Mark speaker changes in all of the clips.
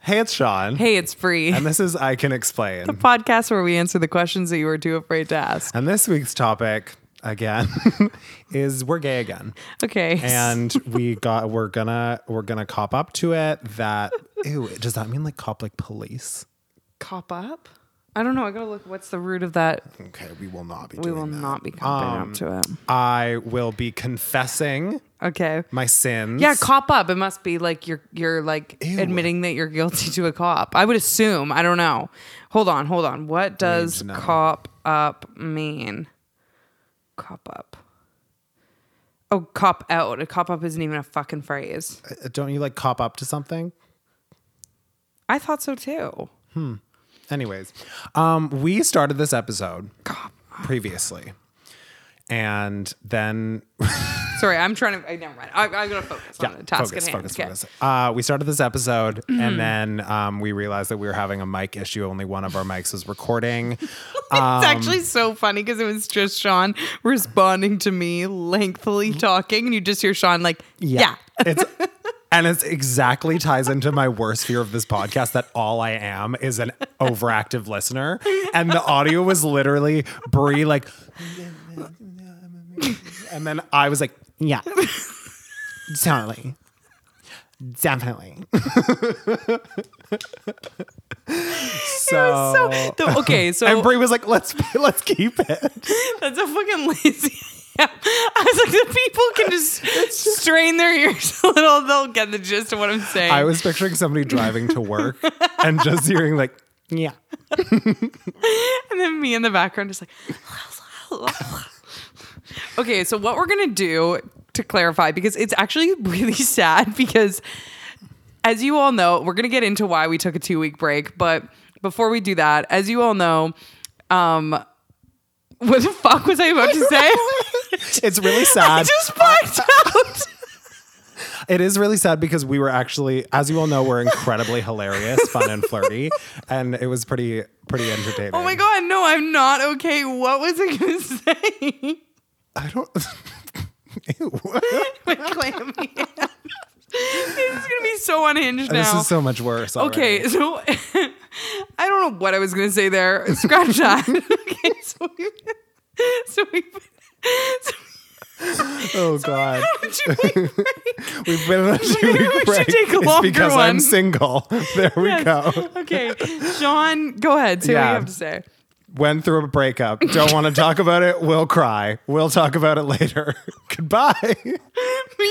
Speaker 1: Hey, it's Sean.
Speaker 2: Hey, it's Bree.
Speaker 1: And this is I Can Explain.
Speaker 2: podcast where we answer the questions that you were too afraid to ask.
Speaker 1: and this week's topic, again, is we're gay again.
Speaker 2: Okay.
Speaker 1: And we got we're gonna we're gonna cop up to it that ew, does that mean like cop like police?
Speaker 2: cop up? I don't know. I gotta look. What's the root of that?
Speaker 1: Okay, we will not be
Speaker 2: We
Speaker 1: doing
Speaker 2: will
Speaker 1: that.
Speaker 2: not be copping
Speaker 1: Um,
Speaker 2: up to it.
Speaker 1: I will be confessing
Speaker 2: Okay.
Speaker 1: my sins.
Speaker 2: Yeah, cop up. It must be like you're you're like
Speaker 1: Ew.
Speaker 2: admitting that you're guilty to a cop. I would assume. I don't know. Hold on, hold on. What does
Speaker 1: to know.
Speaker 2: cop up mean? Cop up. Oh, cop out. A cop up isn't even a fucking phrase.
Speaker 1: Uh, Don't you like cop up to something?
Speaker 2: I thought so too.
Speaker 1: Anyways, um, we started this episode previously. And then
Speaker 2: Sorry, I'm trying to. I never mind. I, I gotta focus on the task
Speaker 1: focus,
Speaker 2: at hand.
Speaker 1: focus,
Speaker 2: Okay.
Speaker 1: focus. Uh, we started this episode
Speaker 2: Mm-hmm.
Speaker 1: and then um, we realized that we were having a mic issue. Only one of our mics was recording. Um,
Speaker 2: it's actually so funny because it was just Sean responding to me lengthily
Speaker 1: Mm-hmm.
Speaker 2: talking, and you just hear Sean like, "Yeah,
Speaker 1: it's and it's exactly ties into my worst fear of this podcast that all I am is an overactive listener. And the audio was literally Brie like and then I was like, yeah. Totally. Definitely. so, Oh.
Speaker 2: so the, okay, so
Speaker 1: and Brie was like, let's let's keep it.
Speaker 2: that's a fucking lazy. Yeah. I was like, the people can just strain their ears a little; they'll get the gist of what I'm saying.
Speaker 1: I was picturing somebody driving to work and just hearing like, yeah.
Speaker 2: and then me in the background, just like. okay, so what we're gonna do to clarify because it's actually really sad because as you all know, we're going to get into why we took a two week break. But before we do that, as you all know, um, what the fuck was I about to say?
Speaker 1: It's really
Speaker 2: I
Speaker 1: sad.
Speaker 2: just blacked out.
Speaker 1: It is really sad because we were actually, as you all know, we're incredibly hilarious, fun, and flirty, and it was pretty pretty entertaining.
Speaker 2: Oh my God. No, I'm not okay. What was I going to say?
Speaker 1: I don't. Ew.
Speaker 2: My clammy hand. This is going to be so unhinged now.
Speaker 1: This is so much worse. already.
Speaker 2: Okay, so I don't know what I was gonna say there. Scratch that. okay, so we, so we, so
Speaker 1: Oh god.
Speaker 2: we, so we
Speaker 1: We've been on a two
Speaker 2: Maybe we
Speaker 1: week
Speaker 2: should
Speaker 1: break.
Speaker 2: take a
Speaker 1: it's
Speaker 2: longer
Speaker 1: because I'm
Speaker 2: one.
Speaker 1: single. There we go.
Speaker 2: okay, Sean, go ahead. Say what
Speaker 1: Yeah.
Speaker 2: you have to say.
Speaker 1: Went through a breakup. Don't want to talk about it. We'll cry. We'll talk about it later. Goodbye.
Speaker 2: Me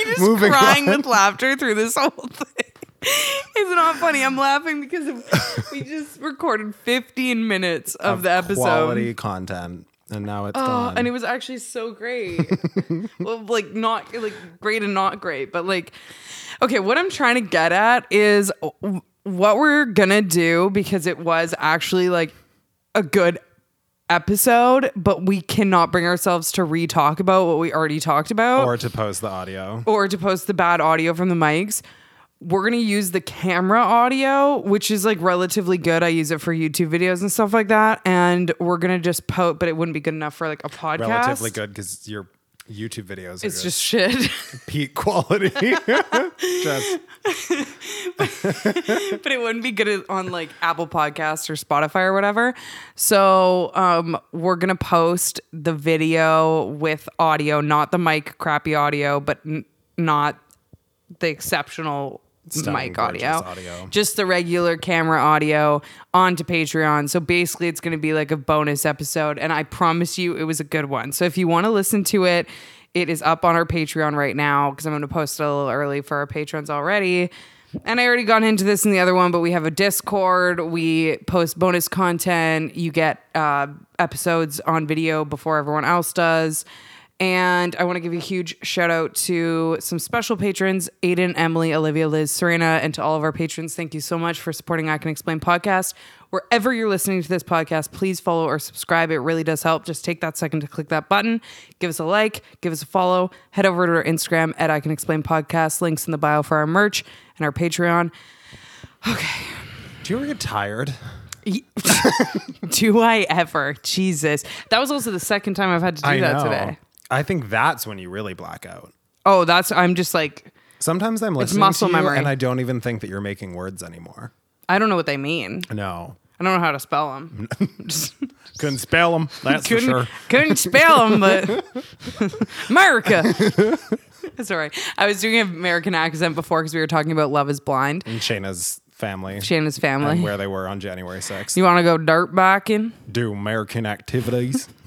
Speaker 2: just
Speaker 1: Moving
Speaker 2: crying
Speaker 1: on.
Speaker 2: with laughter through this whole thing. It's not funny. I'm laughing because of, we just recorded 15 minutes of, the episode.
Speaker 1: Quality content, and now it's
Speaker 2: Oh,
Speaker 1: gone.
Speaker 2: and it was actually so great. well, like not like great and not great, but like okay, what I'm trying to get at is w- what we're going to do because it was actually like a good episode, but we cannot bring ourselves to re-talk about what we already talked about
Speaker 1: or to post the audio.
Speaker 2: or to post the bad audio from the mics. We're gonna use the camera audio, which is like relatively good. I use it for YouTube videos and stuff like that. And we're gonna just post, but it wouldn't be good enough for like a podcast.
Speaker 1: Relatively good because your YouTube videos are
Speaker 2: Oh, It's just shit.
Speaker 1: peak quality. just
Speaker 2: but it wouldn't be good on like Apple Podcasts or Spotify or whatever. So um, we're gonna post the video with audio, not the mic crappy audio, but n- not the exceptional
Speaker 1: Stunning,
Speaker 2: mic audio.
Speaker 1: gorgeous audio.
Speaker 2: just the regular camera audio onto Patreon. So basically, it's gonna be like a bonus episode, and I promise you, it was a good one. So if you want to listen to it. It is up on our Patreon right now because I'm going to post it a little early for our patrons already. And I already got into this in the other one, but we have a Discord. We post bonus content. You get uh, episodes on video before everyone else does. And I want to give a huge shout out to some special patrons Aiden, Emily, Olivia, Liz, Serena, and to all of our patrons. Thank you so much for supporting I Can Explain podcast. Wherever you're listening to this podcast, please follow or subscribe. It really does help. Just take that second to click that button, give us a like, give us a follow. Head over to our Instagram at I Can Explain Podcast. Links in the bio for our merch and our Patreon.
Speaker 1: do you ever get tired?
Speaker 2: Do I ever? Jesus. That was also the second time I've had to do that today.
Speaker 1: I think that's when you really black out.
Speaker 2: Oh, that's, I'm just like,
Speaker 1: Sometimes I'm listening
Speaker 2: muscle
Speaker 1: to you
Speaker 2: memory.
Speaker 1: and I don't even think that you're making words anymore.
Speaker 2: I don't know what they mean.
Speaker 1: No.
Speaker 2: I don't know how to spell them.
Speaker 1: Couldn't spell them. That's for
Speaker 2: couldn't
Speaker 1: sure.
Speaker 2: couldn't spell them, but America. That's all right. I was doing an American accent before because we were talking about Love Is Blind.
Speaker 1: And Shayna's family.
Speaker 2: Shannon's family.
Speaker 1: and where they were on January 6th.
Speaker 2: you want to go dirt biking?
Speaker 1: Do American activities.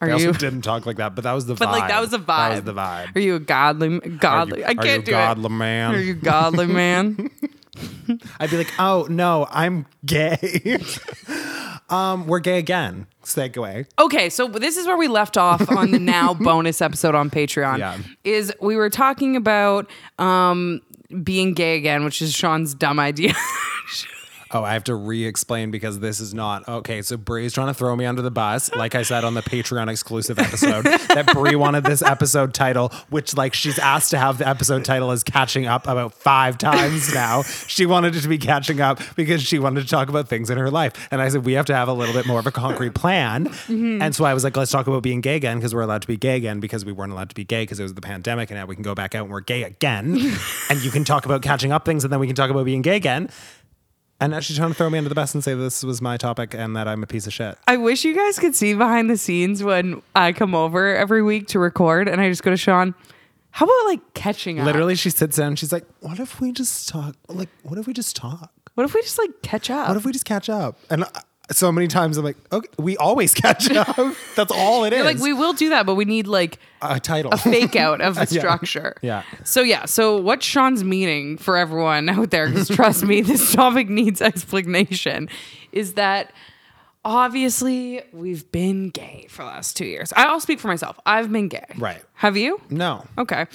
Speaker 2: Are
Speaker 1: I also
Speaker 2: you?
Speaker 1: didn't talk like that, but that was the
Speaker 2: But
Speaker 1: vibe.
Speaker 2: like that was a vibe.
Speaker 1: That was the vibe.
Speaker 2: Are you a godly godly? I can't
Speaker 1: are you
Speaker 2: do
Speaker 1: godly
Speaker 2: it.
Speaker 1: man?
Speaker 2: Are you godly man?
Speaker 1: I'd be like, oh no, I'm gay. um, we're gay again. Segue.
Speaker 2: Okay, so this is where we left off on the now bonus episode on Patreon.
Speaker 1: Yeah.
Speaker 2: Is we were talking about um being gay again, which is Sean's dumb idea.
Speaker 1: Oh, I have to re-explain because this is not okay. So Bree's trying to throw me under the bus, like I said on the Patreon exclusive episode that Bree wanted this episode title, which like she's asked to have the episode title is catching up about five times now. She wanted it to be catching up because she wanted to talk about things in her life, and I said we have to have a little bit more of a concrete plan. And so I was like, let's talk about being gay again because we're allowed to be gay again because we weren't allowed to be gay because it was the pandemic, and now we can go back out and we're gay again. and you can talk about catching up things, and then we can talk about being gay again. And now she's trying to throw me under the bus and say this was my topic and that I'm a piece of shit.
Speaker 2: I wish you guys could see behind the scenes when I come over every week to record and I just go to Sean, how about like catching up?
Speaker 1: Literally, she sits down and she's like, "What if we just talk? Like, what if we just talk?
Speaker 2: What if we just like catch up?
Speaker 1: What if we just catch up?" And uh, so many times I'm like, "Okay, we always catch up. That's all it is.
Speaker 2: like we will do that, but we need like
Speaker 1: a title."
Speaker 2: fake out of the
Speaker 1: Yeah.
Speaker 2: structure.
Speaker 1: Yeah.
Speaker 2: So yeah. So what's Sean's meaning for everyone out there? Because trust me, this topic needs explanation. Is that obviously we've been gay for the last two years. I'll speak for myself. I've been gay.
Speaker 1: Right.
Speaker 2: Have you?
Speaker 1: no,
Speaker 2: Okay.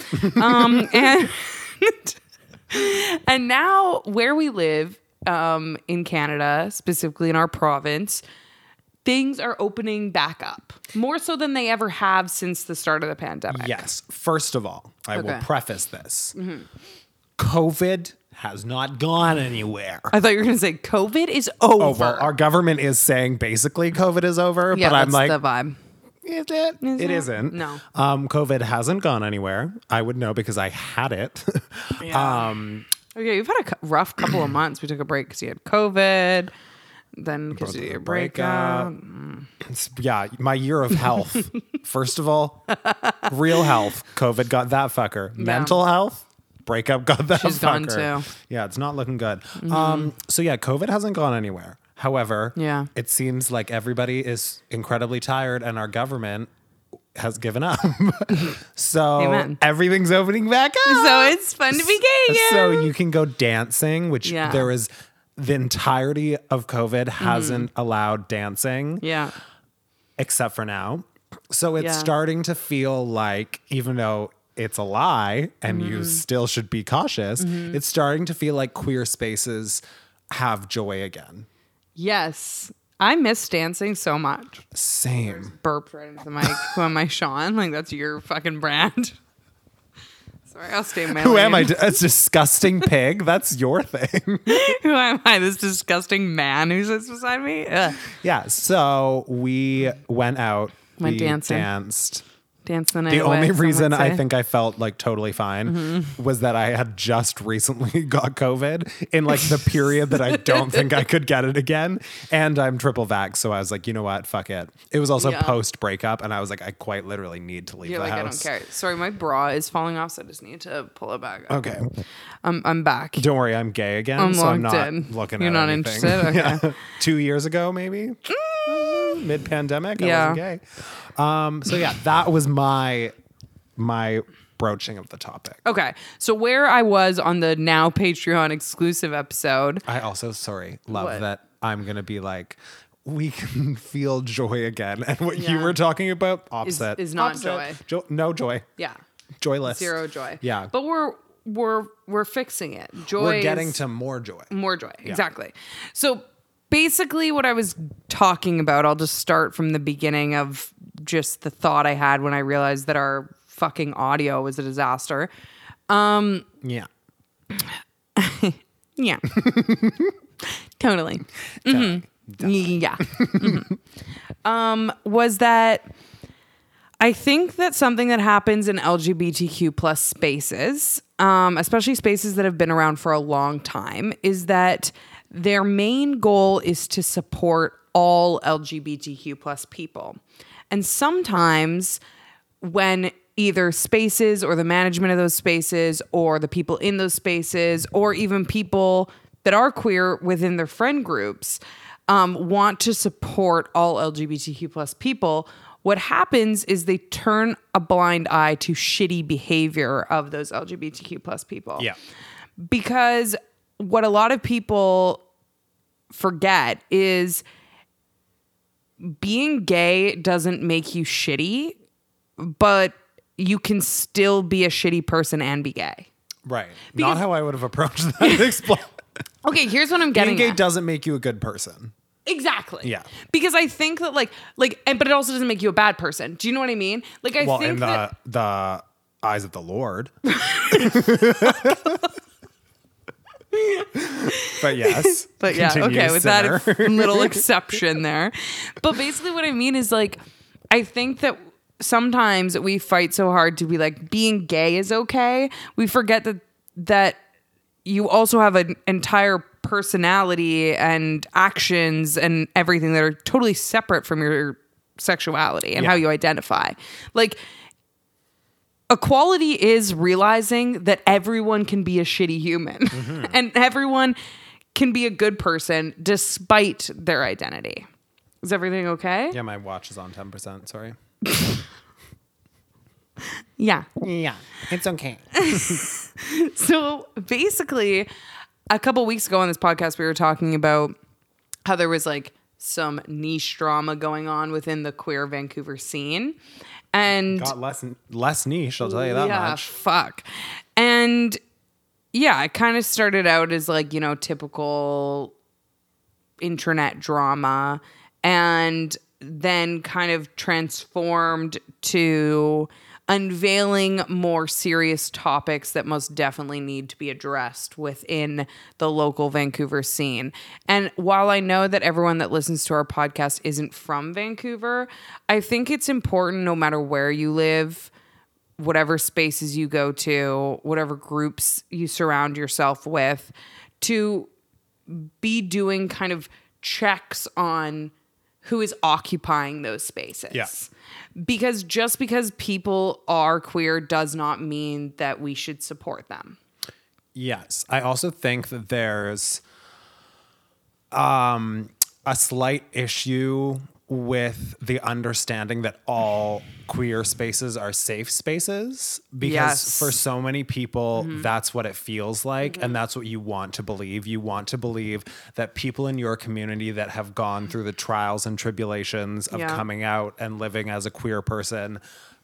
Speaker 2: Um, and and now where we live um, in Canada, specifically in our province, things are opening back up more so than they ever have since the start of the pandemic.
Speaker 1: Yes. First of all, I will
Speaker 2: Okay. Mm-hmm.
Speaker 1: preface this. COVID has not gone anywhere.
Speaker 2: I thought you were going to say COVID is over.
Speaker 1: Oh, well, our government is saying basically COVID is over,
Speaker 2: yeah,
Speaker 1: but I'm
Speaker 2: that's
Speaker 1: like,
Speaker 2: the vibe.
Speaker 1: Is it? it
Speaker 2: it?
Speaker 1: isn't.
Speaker 2: No.
Speaker 1: Um, COVID hasn't gone anywhere. I would know because I had it. Uh,
Speaker 2: Okay, you've had a cou- rough couple of months. We took a break because you had COVID, then because of your breakup. Mm.
Speaker 1: It's- yeah, my year of health. First of all, real health. COVID got that fucker. Mental health. Breakup got that
Speaker 2: She's gone
Speaker 1: fucker.
Speaker 2: too. Mm-hmm.
Speaker 1: Yeah, it's not looking good. Um, so yeah, COVID hasn't gone anywhere. However,
Speaker 2: Yeah.
Speaker 1: it seems like everybody is incredibly tired, and our government has given up. so
Speaker 2: Amen.
Speaker 1: everything's opening back up.
Speaker 2: So it's fun to be gay again.
Speaker 1: So you can go dancing, which
Speaker 2: Yeah.
Speaker 1: there is the entirety of COVID hasn't allowed dancing
Speaker 2: Mm. yeah.
Speaker 1: except for now. So it's
Speaker 2: Yeah.
Speaker 1: starting to feel like, even though it's a lie and you
Speaker 2: Mm-hmm.
Speaker 1: still should be cautious, it's starting to feel like queer spaces have joy again.
Speaker 2: Yes. I miss dancing so much.
Speaker 1: Same.
Speaker 2: burped right into the mic. Who am I, Sean? Like that's your fucking brand. Sorry, I'll stay in my.
Speaker 1: Who am I?
Speaker 2: lane.
Speaker 1: A disgusting pig? That's your thing.
Speaker 2: Who am I? This disgusting man who sits beside me. Ugh.
Speaker 1: yeah. So we went out.
Speaker 2: Went
Speaker 1: we
Speaker 2: dancing.
Speaker 1: danced.
Speaker 2: Dance the night.
Speaker 1: The
Speaker 2: away,
Speaker 1: only
Speaker 2: some would
Speaker 1: reason I
Speaker 2: say. Mm-hmm.
Speaker 1: think I felt like totally fine was that I had just recently got COVID in like the period that I don't think I could get it again. And I'm triple vax. So I was like, you know what? Fuck it. It was also
Speaker 2: Yeah.
Speaker 1: post breakup. And I was like, I quite literally need to leave
Speaker 2: You're
Speaker 1: the
Speaker 2: like
Speaker 1: house.
Speaker 2: I don't care. Sorry, my bra is falling off, so I just need to pull it back. up.
Speaker 1: Okay.
Speaker 2: I'm I'm back.
Speaker 1: Don't worry. I'm gay again.
Speaker 2: I'm
Speaker 1: so I'm
Speaker 2: locked
Speaker 1: not
Speaker 2: in.
Speaker 1: looking
Speaker 2: You're
Speaker 1: at
Speaker 2: not
Speaker 1: anything.
Speaker 2: interested? Mm.
Speaker 1: yeah. Two years ago, maybe? Mid pandemic. I
Speaker 2: Yeah.
Speaker 1: wasn't gay. Um, so yeah, that was my my broaching of the topic.
Speaker 2: Okay, so where I was on the now Patreon exclusive episode,
Speaker 1: I also, sorry, love
Speaker 2: What?
Speaker 1: that I'm going to be like, we can feel joy again. And what you
Speaker 2: Yeah.
Speaker 1: were talking about, opposite.
Speaker 2: is not
Speaker 1: Opposite. Jo- no joy.
Speaker 2: yeah,
Speaker 1: Joyless.
Speaker 2: zero joy.
Speaker 1: Yeah.
Speaker 2: but we're we're we're fixing it. Joy.
Speaker 1: We're getting
Speaker 2: is-
Speaker 1: to more joy.
Speaker 2: More joy. Exactly. So basically, what I was talking about, I'll just start from the beginning of just the thought I had when I realized that our fucking audio was a disaster. Um,
Speaker 1: Yeah.
Speaker 2: Yeah. totally. Mm-hmm. Mhm. Yeah. Mhm. Um, was that I think that something that happens in LGBTQ plus spaces, um, especially spaces that have been around for a long time, is that their main goal is to support all LGBTQ plus people. And sometimes when either spaces or the management of those spaces or the people in those spaces or even people that are queer within their friend groups um, want to support all lgbtq plus people what happens is they turn a blind eye to shitty behavior of those lgbtq plus people
Speaker 1: Yeah.
Speaker 2: because what a lot of people forget is being gay doesn't make you shitty, but you can still be a shitty person and be gay.
Speaker 1: Right. Not how I would have approached that. Expl-
Speaker 2: Okay, here's what I'm getting
Speaker 1: Being gay
Speaker 2: at.
Speaker 1: doesn't make you a good person.
Speaker 2: exactly.
Speaker 1: Yeah.
Speaker 2: Because I think that like like and but it also doesn't make you a bad person. Do you know what I mean? Like I
Speaker 1: well, uh,
Speaker 2: think
Speaker 1: in the
Speaker 2: that
Speaker 1: the eyes of the Lord. but yes.
Speaker 2: But yeah,
Speaker 1: Continue,
Speaker 2: okay, with
Speaker 1: sinner.
Speaker 2: that little exception there. But basically, what I mean is like, I think that sometimes we fight so hard to be like being gay is okay. We forget that that you also have an entire personality and actions and everything that are totally separate from your sexuality and how
Speaker 1: Yeah.
Speaker 2: you identify. Like equality is realizing that everyone can be a shitty human and everyone can be a good person despite their identity. Is everything okay?
Speaker 1: Yeah, my watch is on 10%. Sorry.
Speaker 2: Yeah.
Speaker 1: Yeah, it's okay.
Speaker 2: So basically, a couple weeks ago on this podcast, we were talking about how there was like some niche drama going on within the queer Vancouver scene. And
Speaker 1: Got less less niche, I'll tell you that
Speaker 2: yeah,
Speaker 1: much.
Speaker 2: fuck. And yeah, it kind of started out as like, you know, typical internet drama and then kind of transformed to unveiling more serious topics that most definitely need to be addressed within the local Vancouver scene. And while I know that everyone that listens to our podcast isn't from Vancouver, I think it's important no matter where you live whatever spaces you go to, whatever groups you surround yourself with, to be doing kind of checks on who is occupying those spaces.
Speaker 1: Yeah.
Speaker 2: Because just because people are queer does not mean that we should support them.
Speaker 1: Yes. I also think that there's um, a slight issue with the understanding that all queer spaces are safe spaces because
Speaker 2: Yes. Mm-hmm.
Speaker 1: for so many people that's what it feels like and that's what you want to believe you want to believe that people in your community that have gone through the trials and tribulations of
Speaker 2: Yeah.
Speaker 1: coming out and living as a queer person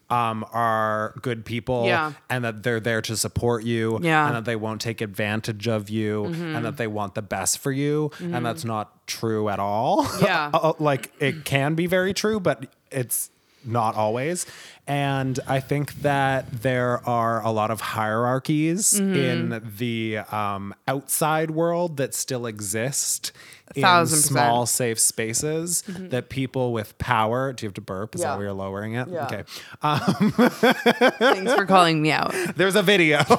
Speaker 1: um, are good people
Speaker 2: Yeah.
Speaker 1: and that they're there to support you
Speaker 2: Yeah.
Speaker 1: and that they won't take advantage of you and that they want the best for you and that's not true at all
Speaker 2: Yeah.
Speaker 1: Uh, like it can be very true but it's not always and i think that there are a lot of hierarchies
Speaker 2: Mm-hmm.
Speaker 1: in the um, outside world that still exist in
Speaker 2: thousand percent. Mm-hmm.
Speaker 1: small safe spaces that people with power do you have to burp is
Speaker 2: Yeah.
Speaker 1: that where you're lowering it
Speaker 2: Yeah.
Speaker 1: okay
Speaker 2: Thanks for calling me out.
Speaker 1: there's a video.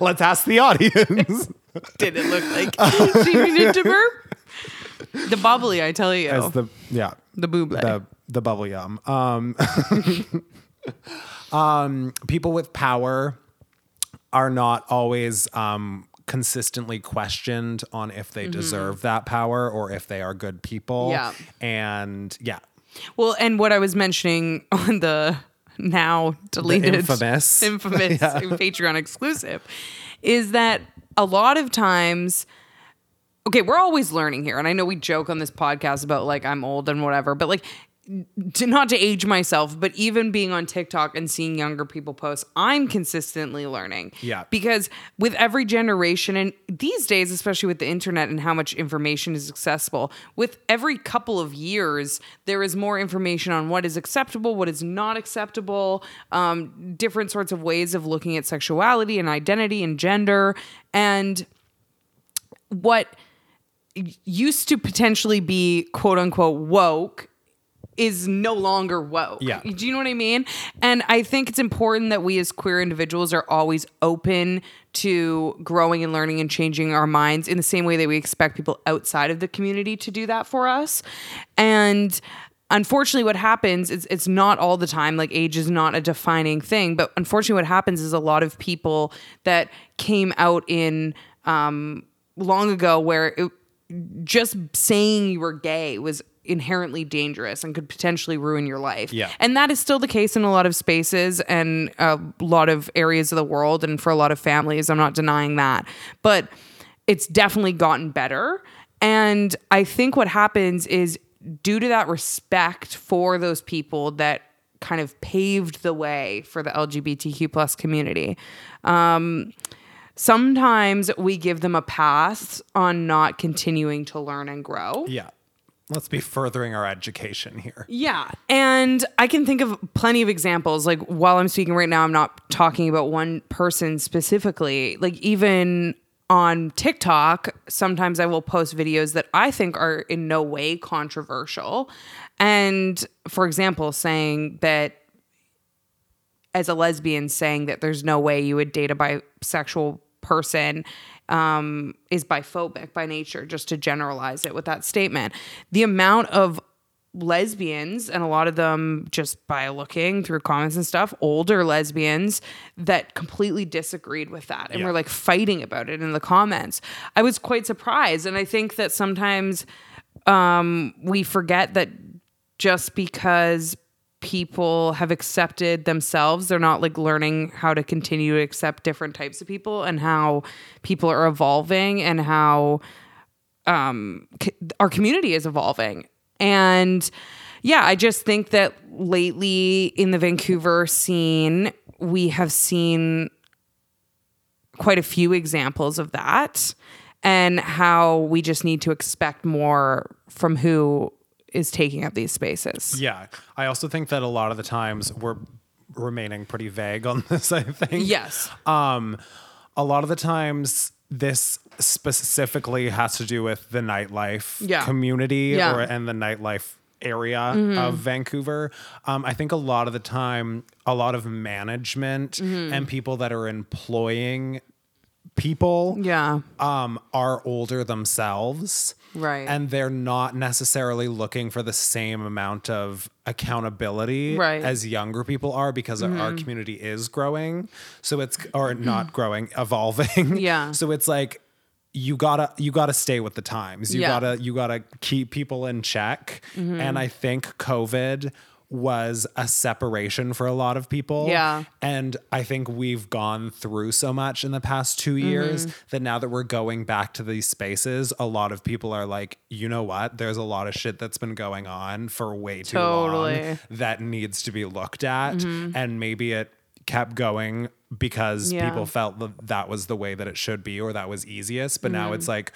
Speaker 1: Let's ask the audience.
Speaker 2: Did it look like she needed to burp? The bubbly, I tell you.
Speaker 1: As the yeah,
Speaker 2: the boob.
Speaker 1: the the bubble yum. Um, um, people with power are not always um, consistently questioned on if they deserve that power or if they are good people.
Speaker 2: Yeah.
Speaker 1: and yeah,
Speaker 2: Well, and what I was mentioning on the now deleted
Speaker 1: infamous.
Speaker 2: infamous Patreon exclusive is that a lot of times okay, we're always learning here and I know we joke on this podcast about like I'm old and whatever, but like to, not to age myself, but even being on TikTok and seeing younger people post, I'm consistently learning.
Speaker 1: Yeah.
Speaker 2: Because with every generation, and these days, especially with the internet and how much information is accessible, with every couple of years, there is more information on what is acceptable, what is not acceptable, um, different sorts of ways of looking at sexuality and identity and gender. And what used to potentially be quote unquote woke is no longer woke.
Speaker 1: Yeah.
Speaker 2: Do you know what I mean? And I think it's important that we as queer individuals are always open to growing and learning and changing our minds in the same way that we expect people outside of the community to do that for us. And unfortunately what happens is it's not all the time like age is not a defining thing, but unfortunately what happens is a lot of people that came out in um long ago where it, just saying you were gay was inherently dangerous and could potentially ruin your life.
Speaker 1: Yeah.
Speaker 2: And that is still the case in a lot of spaces and a lot of areas of the world and for a lot of families. I'm not denying that. But it's definitely gotten better. And I think what happens is due to that respect for those people that kind of paved the way for the LGBTQ plus community sometimes we give them a pass on not continuing to learn and grow.
Speaker 1: Yeah. Let's be furthering our education here.
Speaker 2: Yeah. And I can think of plenty of examples. Like while I'm speaking right now, I'm not talking about one person specifically. Like even on TikTok, sometimes I will post videos that I think are in no way controversial. And for example, saying that as a lesbian saying that there's no way you would date a bisexual person um, is biphobic by nature, just to generalize it with that statement. The amount of lesbians, and a lot of them just by looking through comments and stuff, older lesbians that completely disagreed with that and
Speaker 1: Yeah.
Speaker 2: were like fighting about it in the comments. I was quite surprised. And I think that sometimes um, we forget that just because people have accepted themselves they're not like learning how to continue to accept different types of people and how people are evolving and how um, c- our community is evolving and yeah i just think that lately in the vancouver scene we have seen quite a few examples of that and how we just need to expect more from who is taking up these spaces
Speaker 1: Yeah. I also think that a lot of the times we're remaining pretty vague on this, I think.
Speaker 2: yes
Speaker 1: um a lot of the times this specifically has to do with the nightlife
Speaker 2: Yeah.
Speaker 1: community
Speaker 2: Yeah. Mm-hmm.
Speaker 1: or and the nightlife area of Vancouver. Um, I think a lot of the time, a lot of management
Speaker 2: Mm-hmm.
Speaker 1: and people that are employing people
Speaker 2: yeah
Speaker 1: um, are older themselves.
Speaker 2: Right.
Speaker 1: And they're not necessarily looking for the same amount of accountability
Speaker 2: Right. Mm-hmm.
Speaker 1: as younger people are because our community is growing. So it's, or not growing, evolving.
Speaker 2: Yeah.
Speaker 1: So it's like, you gotta you gotta stay with the times. You
Speaker 2: Yeah. Mm-hmm.
Speaker 1: gotta you gotta keep people in check. And I think COVID was a separation for a lot of people.
Speaker 2: Yeah.
Speaker 1: And I think we've gone through so much in the past two
Speaker 2: Mm-hmm.
Speaker 1: years that now that we're going back to these spaces, a lot of people are like, you know what? There's a lot of shit that's been going on for way too long
Speaker 2: Totally. Mm-hmm.
Speaker 1: that needs to be looked at. And maybe it kept going because
Speaker 2: Yeah.
Speaker 1: people felt that that was the way that it should be or that was easiest. But now
Speaker 2: Mm-hmm.
Speaker 1: it's like,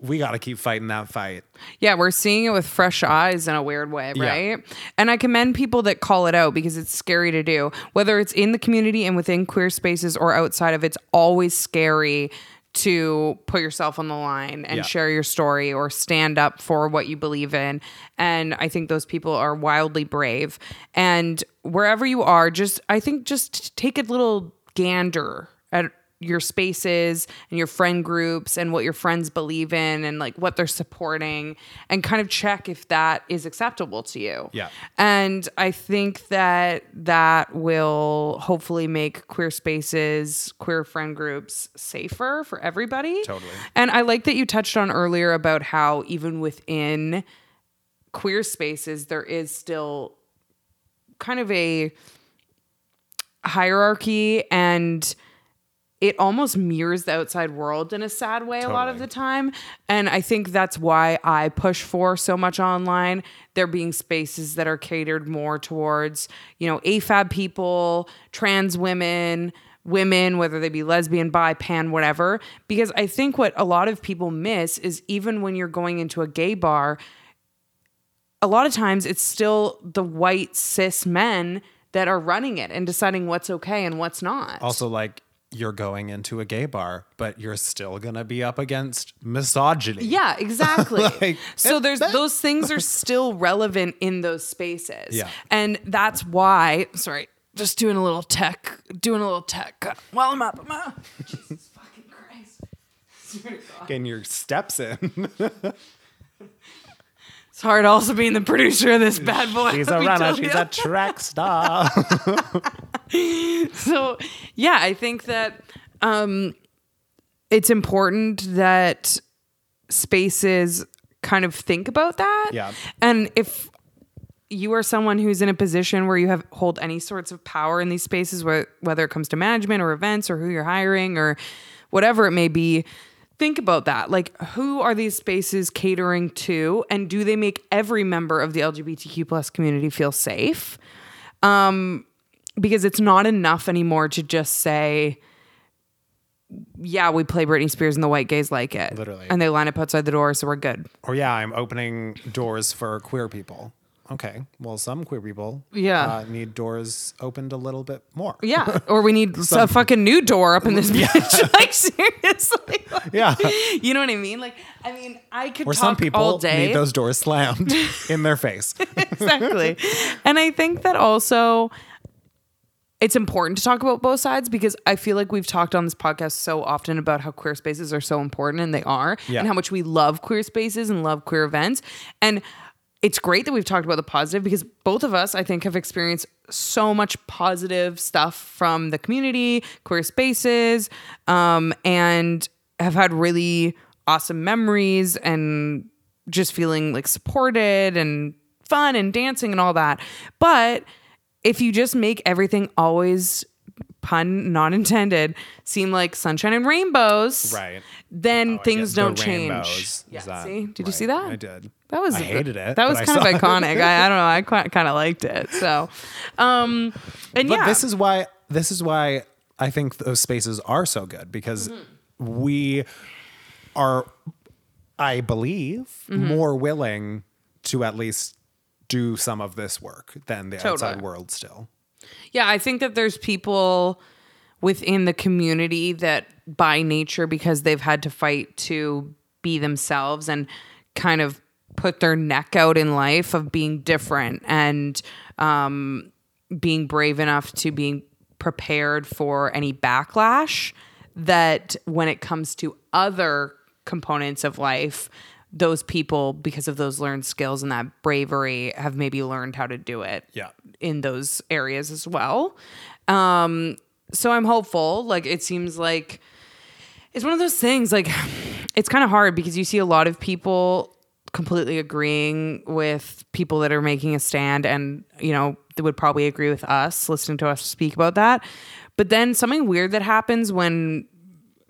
Speaker 1: we got to keep fighting that fight.
Speaker 2: Yeah, we're seeing it with fresh eyes in a weird way,
Speaker 1: Yeah.
Speaker 2: right? And I commend people that call it out because it's scary to do. Whether it's in the community and within queer spaces or outside of it, it's always scary to put yourself on the line and
Speaker 1: Yeah.
Speaker 2: share your story or stand up for what you believe in. And I think those people are wildly brave. And wherever you are, just I think just take a little gander at your spaces and your friend groups and what your friends believe in and like what they're supporting and kind of check if that is acceptable to you.
Speaker 1: Yeah.
Speaker 2: And I think that that will hopefully make queer spaces, queer friend groups safer for everybody.
Speaker 1: Totally.
Speaker 2: And I like that you touched on earlier about how even within queer spaces there is still kind of a hierarchy and it almost mirrors the outside world in a sad way a lot of
Speaker 1: Totally.
Speaker 2: the time and i think that's why i push for so much online there being spaces that are catered more towards you know afab people trans women women whether they be lesbian bi pan whatever because i think what a lot of people miss is even when you're going into a gay bar a lot of times it's still the white cis men that are running it and deciding what's okay and what's not.
Speaker 1: Also, like, you're going into a gay bar, but you're still going to be up against misogyny.
Speaker 2: Yeah, exactly.
Speaker 1: Like,
Speaker 2: so there's those things are still relevant in those spaces.
Speaker 1: Yeah.
Speaker 2: And that's why, sorry, just doing a little tech, doing a little tech while I'm up. I'm up. Jesus fucking Christ. Swear to God.
Speaker 1: Getting your steps in.
Speaker 2: It's hard also being the producer of this bad boy.
Speaker 1: She's
Speaker 2: let
Speaker 1: a
Speaker 2: me
Speaker 1: runner.
Speaker 2: tell
Speaker 1: She's
Speaker 2: you.
Speaker 1: a track star.
Speaker 2: so yeah i think that um it's important that spaces kind of think about that
Speaker 1: Yeah.
Speaker 2: and if you are someone who's in a position where you have hold any sorts of power in these spaces where, whether it comes to management or events or who you're hiring or whatever it may be think about that like who are these spaces catering to and do they make every member of the lgbtq plus community feel safe because it's not enough anymore to just say yeah we play britney spears and the white gays like it
Speaker 1: Literally.
Speaker 2: and they line up outside the door so we're good
Speaker 1: or Oh, yeah, I'm opening doors for queer people. Okay, well, some queer people
Speaker 2: Yeah.
Speaker 1: uh, need doors opened a little bit more.
Speaker 2: yeah or we need a fucking new door up in this bitch like seriously
Speaker 1: Yeah.
Speaker 2: you know what i mean like i mean i could
Speaker 1: Or
Speaker 2: talk
Speaker 1: some
Speaker 2: all
Speaker 1: people
Speaker 2: day
Speaker 1: need those doors slammed in their face.
Speaker 2: exactly. And I think that also it's important to talk about both sides because I feel like we've talked on this podcast so often about how queer spaces are so important and they are,
Speaker 1: Yeah.
Speaker 2: and how much we love queer spaces and love queer events. And it's great that we've talked about the positive because both of us, I think, have experienced so much positive stuff from the community, queer spaces, um, and have had really awesome memories and just feeling like supported and fun and dancing and all that. But if you just make everything always pun not intended seem like sunshine and rainbows
Speaker 1: Right.
Speaker 2: then things
Speaker 1: Yeah, Oh, the
Speaker 2: don't change
Speaker 1: rainbows.
Speaker 2: yeah
Speaker 1: Is that-
Speaker 2: see did you
Speaker 1: right,
Speaker 2: see that
Speaker 1: I did.
Speaker 2: that was
Speaker 1: I hated it,
Speaker 2: that
Speaker 1: but
Speaker 2: was
Speaker 1: I
Speaker 2: kind of
Speaker 1: saw it.
Speaker 2: iconic I, I don't know i quite, kind of liked it so um and
Speaker 1: But
Speaker 2: yeah
Speaker 1: this is why this is why I think those spaces are so good because
Speaker 2: Mm-hmm.
Speaker 1: we are I believe
Speaker 2: Mm-hmm.
Speaker 1: more willing to at least do some of this work than the outside
Speaker 2: Totally.
Speaker 1: world still.
Speaker 2: Yeah, I think that there's people within the community that by nature because they've had to fight to be themselves and kind of put their neck out in life of being different and um being brave enough to being prepared for any backlash that when it comes to other components of life those people because of those learned skills and that bravery have maybe learned how to do it
Speaker 1: Yeah.
Speaker 2: in those areas as well. Um, so I'm hopeful. Like it seems like it's one of those things. Like it's kind of hard because you see a lot of people completely agreeing with people that are making a stand, and you know they would probably agree with us listening to us speak about that. But then something weird that happens when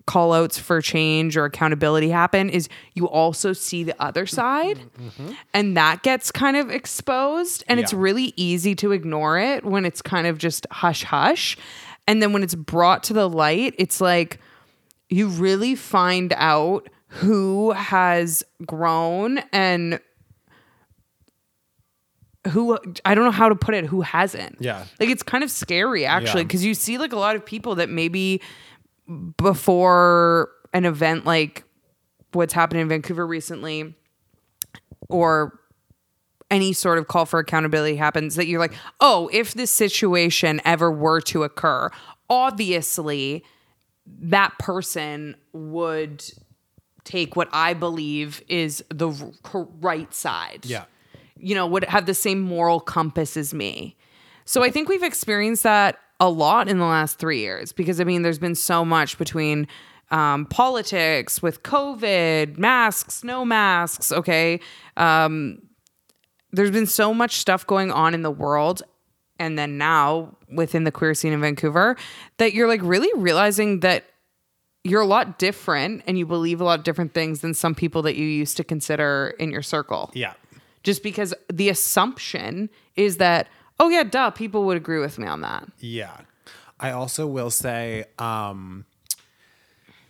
Speaker 2: call outs for change or accountability happen is you also see the other side and that gets kind of exposed and it's
Speaker 1: Yeah.
Speaker 2: really easy to ignore it when it's kind of just hush hush and then when it's brought to the light it's like you really find out who has grown and who I don't know how to put it who hasn't
Speaker 1: Yeah.
Speaker 2: like it's kind of scary actually
Speaker 1: Yeah.
Speaker 2: because you see like a lot of people that maybe before an event like what's happened in Vancouver recently or any sort of call for accountability happens that you're like, oh, if this situation ever were to occur, obviously that person would take what I believe is the r- cor- right side.
Speaker 1: Yeah.
Speaker 2: You know, would have the same moral compass as me. So I think we've experienced that a lot in the last three years because I mean, there's been so much between um, politics with COVID, masks, no masks. Okay Um, there's been so much stuff going on in the world and then now within the queer scene in Vancouver that you're like really realizing that you're a lot different and you believe a lot of different things than some people that you used to consider in your circle.
Speaker 1: Yeah.
Speaker 2: Just because the assumption is that, oh, yeah, duh, people would agree with me on that.
Speaker 1: Yeah. I also will say um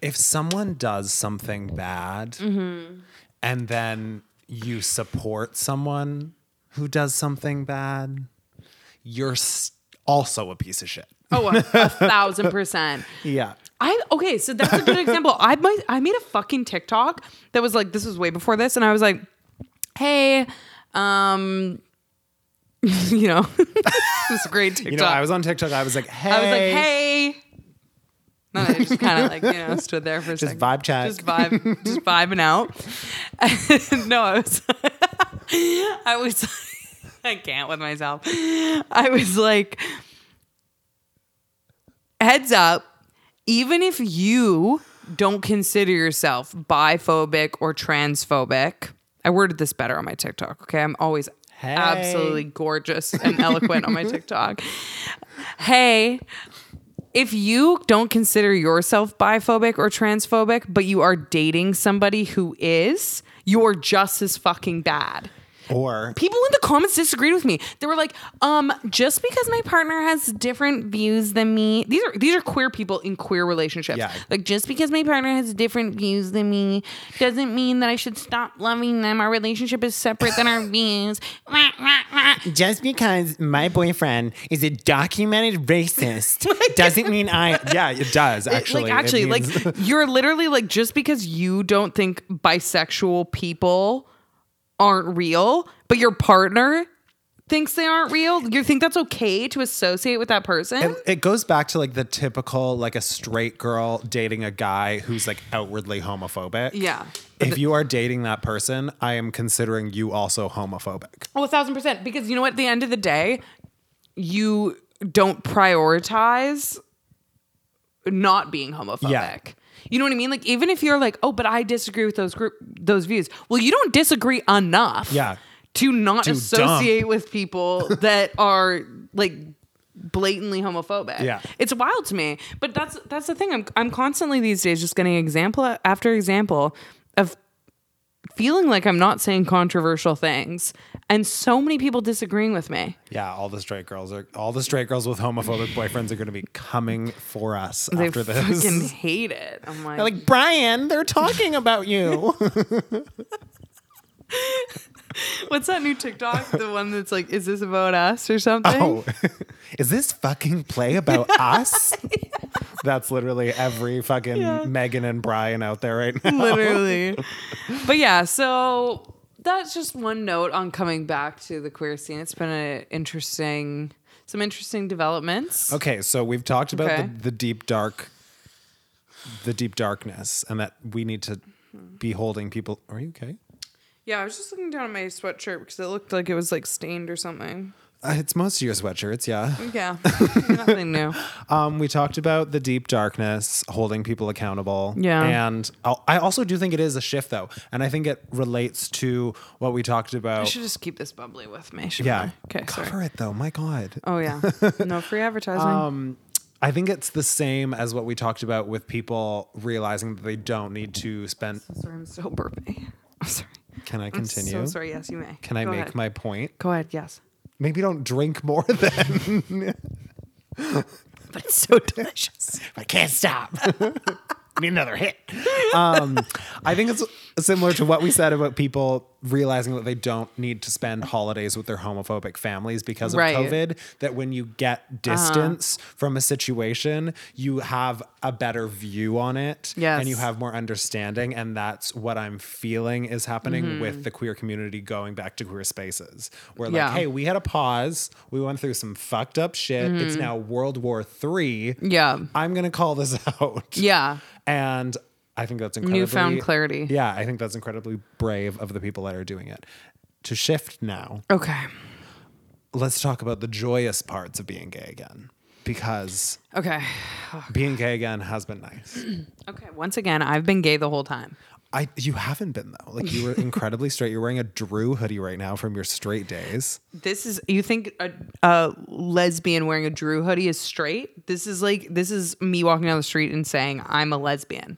Speaker 1: if someone does something bad
Speaker 2: Mm-hmm.
Speaker 1: and then you support someone who does something bad, you're s also a piece of shit.
Speaker 2: Oh, a, a thousand percent.
Speaker 1: Yeah.
Speaker 2: I okay, so that's a good example. I might I made a fucking TikTok that was like this was way before this, and I was like, hey, um, you know, this great TikTok.
Speaker 1: You know, I was on TikTok. I was like, hey,
Speaker 2: I was like, hey. No, I just kind of like, you know, stood there for a
Speaker 1: Just
Speaker 2: second.
Speaker 1: vibe check.
Speaker 2: Just vibe, just vibing out. no, I was, I was, I can't with myself. I was like, heads up, even if you don't consider yourself biphobic or transphobic, I worded this better on my TikTok. Okay. I'm always
Speaker 1: Hey.
Speaker 2: absolutely gorgeous and eloquent on my TikTok. Hey, if you don't consider yourself biphobic or transphobic, but you are dating somebody who is, you're just as fucking bad.
Speaker 1: or
Speaker 2: People in the comments disagreed with me. They were like, um, just because my partner has different views than me, these are these are queer people in queer relationships.
Speaker 1: Yeah.
Speaker 2: Like just because my partner has different views than me doesn't mean that I should stop loving them. Our relationship is separate than our views. Wah, wah, wah.
Speaker 1: just because my boyfriend is a documented racist doesn't mean I. Yeah, it does actually.
Speaker 2: like
Speaker 1: It
Speaker 2: actually
Speaker 1: means-
Speaker 2: like you're literally like just because you don't think bisexual people aren't real but your partner thinks they aren't real you think that's okay to associate with that person
Speaker 1: It, it goes back to like the typical like a straight girl dating a guy who's like outwardly homophobic.
Speaker 2: Yeah.
Speaker 1: If you are dating that person, I am considering you also homophobic.
Speaker 2: oh a thousand percent because you know what at the end of the day you don't prioritize not being homophobic
Speaker 1: Yeah.
Speaker 2: You know what I mean? Like even if you're like, "Oh, but I disagree with those group those views." Well, you don't disagree enough.
Speaker 1: Yeah.
Speaker 2: to not
Speaker 1: dump.
Speaker 2: associate with people that are like blatantly homophobic.
Speaker 1: Yeah.
Speaker 2: It's wild to me. But that's that's the thing. I'm I'm constantly these days just getting example after example of feeling like I'm not saying controversial things and so many people disagreeing with me.
Speaker 1: Yeah, all the straight girls are all the straight girls with homophobic boyfriends are going to be coming for us
Speaker 2: They
Speaker 1: after this.
Speaker 2: fucking hate it. I'm like,
Speaker 1: They're like Brian, they're talking about you.
Speaker 2: what's that new TikTok? the one that's like, is this about us or something?
Speaker 1: oh, is this fucking play about us? That's literally every fucking Megan and Brian out there right now.
Speaker 2: literally. but yeah, so that's just one note on coming back to the queer scene. It's been an interesting, some interesting developments.
Speaker 1: Okay, so we've talked about
Speaker 2: Okay.
Speaker 1: the, the deep dark, the deep darkness, and that we need to be holding people. Are you okay?
Speaker 2: Yeah, I was just looking down at my sweatshirt because it looked like it was like stained or something.
Speaker 1: Uh, it's most of your sweatshirts, yeah.
Speaker 2: Yeah, nothing new.
Speaker 1: Um, we talked about the deep darkness, holding people accountable.
Speaker 2: Yeah.
Speaker 1: and I'll, I also do think it is a shift though, and I think it relates to what we talked
Speaker 2: I
Speaker 1: about.
Speaker 2: should just keep this bubbly with me. shouldn't
Speaker 1: yeah,
Speaker 2: I? Okay.
Speaker 1: cover Um,
Speaker 2: Sorry.
Speaker 1: it though. My God,
Speaker 2: Oh yeah. No free advertising.
Speaker 1: I think it's the same as what we talked about with people realizing that they don't need to spend.
Speaker 2: sorry, I'm so burping. I'm sorry.
Speaker 1: Can I
Speaker 2: So
Speaker 1: continue?
Speaker 2: sorry. Yes, you may.
Speaker 1: Can I
Speaker 2: Go
Speaker 1: make
Speaker 2: ahead.
Speaker 1: my point?
Speaker 2: Go ahead. Yes.
Speaker 1: Maybe don't drink more than.
Speaker 2: But it's so delicious.
Speaker 1: I can't stop. Need another hit. Um, I think it's similar to what we said about people realizing that they don't need to spend holidays with their homophobic families because of
Speaker 2: Right. Uh-huh.
Speaker 1: COVID. That when you get distance from a situation, you have a better view on it,
Speaker 2: Yes.
Speaker 1: and you have more understanding. And that's what I'm feeling is happening
Speaker 2: Mm-hmm.
Speaker 1: with the queer community going back to queer spaces. Where like,
Speaker 2: Yeah.
Speaker 1: hey, we had a pause. We went through some fucked up shit.
Speaker 2: Mm-hmm.
Speaker 1: It's now World War Three.
Speaker 2: Yeah.
Speaker 1: I'm going to call this out.
Speaker 2: Yeah.
Speaker 1: And I think that's incredibly
Speaker 2: Newfound clarity.
Speaker 1: Yeah, I think that's incredibly brave of the people that are doing it. To shift now,
Speaker 2: Okay.
Speaker 1: let's talk about the joyous parts of being gay again. Because
Speaker 2: Okay. Oh,
Speaker 1: being gay again has been nice.
Speaker 2: Okay, once again, I've been gay the whole time.
Speaker 1: I you haven't been though. Like you were incredibly straight. You're wearing a Drew hoodie right now from your straight days.
Speaker 2: This is you think a, a lesbian wearing a Drew hoodie is straight? This is like this is me walking down the street and saying I'm a lesbian.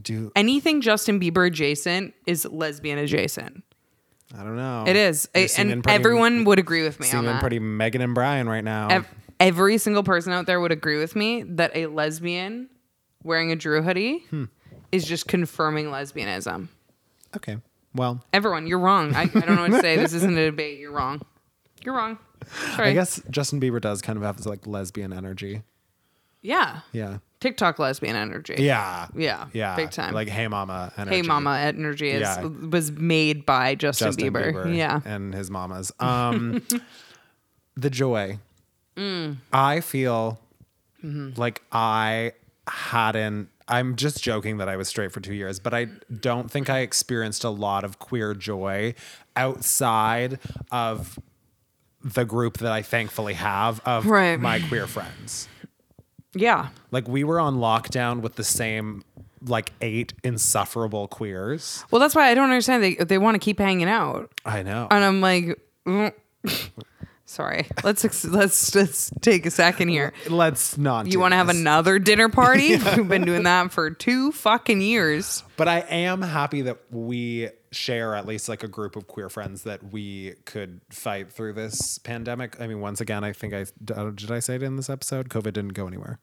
Speaker 1: Do
Speaker 2: Anything Justin Bieber adjacent is lesbian adjacent.
Speaker 1: I don't know.
Speaker 2: It is,
Speaker 1: You're
Speaker 2: I-
Speaker 1: seeming
Speaker 2: and
Speaker 1: pretty-
Speaker 2: everyone would agree with me on
Speaker 1: seeming
Speaker 2: that.
Speaker 1: pretty Megan and Brian right now.
Speaker 2: Ev- every single person out there would agree with me that a lesbian wearing a Drew hoodie
Speaker 1: Hmm.
Speaker 2: is just confirming lesbianism.
Speaker 1: okay. Well,
Speaker 2: Everyone, you're wrong. I, I don't know what to say. This isn't a debate. You're wrong. You're wrong. Sorry.
Speaker 1: I guess Justin Bieber does kind of have this like lesbian energy.
Speaker 2: Yeah.
Speaker 1: Yeah.
Speaker 2: TikTok lesbian energy.
Speaker 1: Yeah.
Speaker 2: Yeah.
Speaker 1: Yeah.
Speaker 2: Big time.
Speaker 1: Like, hey, mama. Energy.
Speaker 2: Hey Mama Energy is,
Speaker 1: Yeah.
Speaker 2: was made by Justin,
Speaker 1: Justin
Speaker 2: Bieber. Yeah.
Speaker 1: And his mamas. Um, the joy.
Speaker 2: Mm.
Speaker 1: I feel
Speaker 2: Mm-hmm.
Speaker 1: like I hadn't. I'm just joking that I was straight for two years, but I don't think I experienced a lot of queer joy outside of the group that I thankfully have of
Speaker 2: Right.
Speaker 1: my queer friends.
Speaker 2: Yeah.
Speaker 1: Like we were on lockdown with the same like eight insufferable queers.
Speaker 2: Well, that's why I don't understand. They they want to keep hanging out,
Speaker 1: I know.
Speaker 2: and I'm like, mm. sorry. Let's ex- let's just take a second here.
Speaker 1: Let's not.
Speaker 2: You want to have
Speaker 1: a.
Speaker 2: another dinner party? We've been doing that for two fucking years.
Speaker 1: But I am happy that we share at least like a group of queer friends that we could fight through this pandemic. I mean, once again, I think I uh, did I say it in this episode? COVID didn't go anywhere.